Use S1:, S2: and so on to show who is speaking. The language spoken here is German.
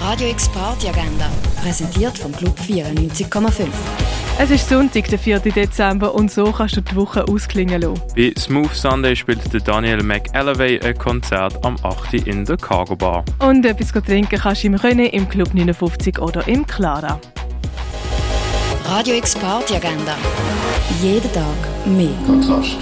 S1: Radio X Party Agenda, präsentiert vom Club 94,5.
S2: Es ist Sonntag, der 4. Dezember, und so kannst du die Woche ausklingen lassen.
S3: Bei Smooth Sunday spielt der Daniel McElvey ein Konzert am 8. Uhr in der Cargo Bar.
S2: Und etwas trinken kannst du im René, im Club 59 oder im Clara.
S1: Radio X Party Agenda. Jeden Tag mehr.
S4: Kontrast.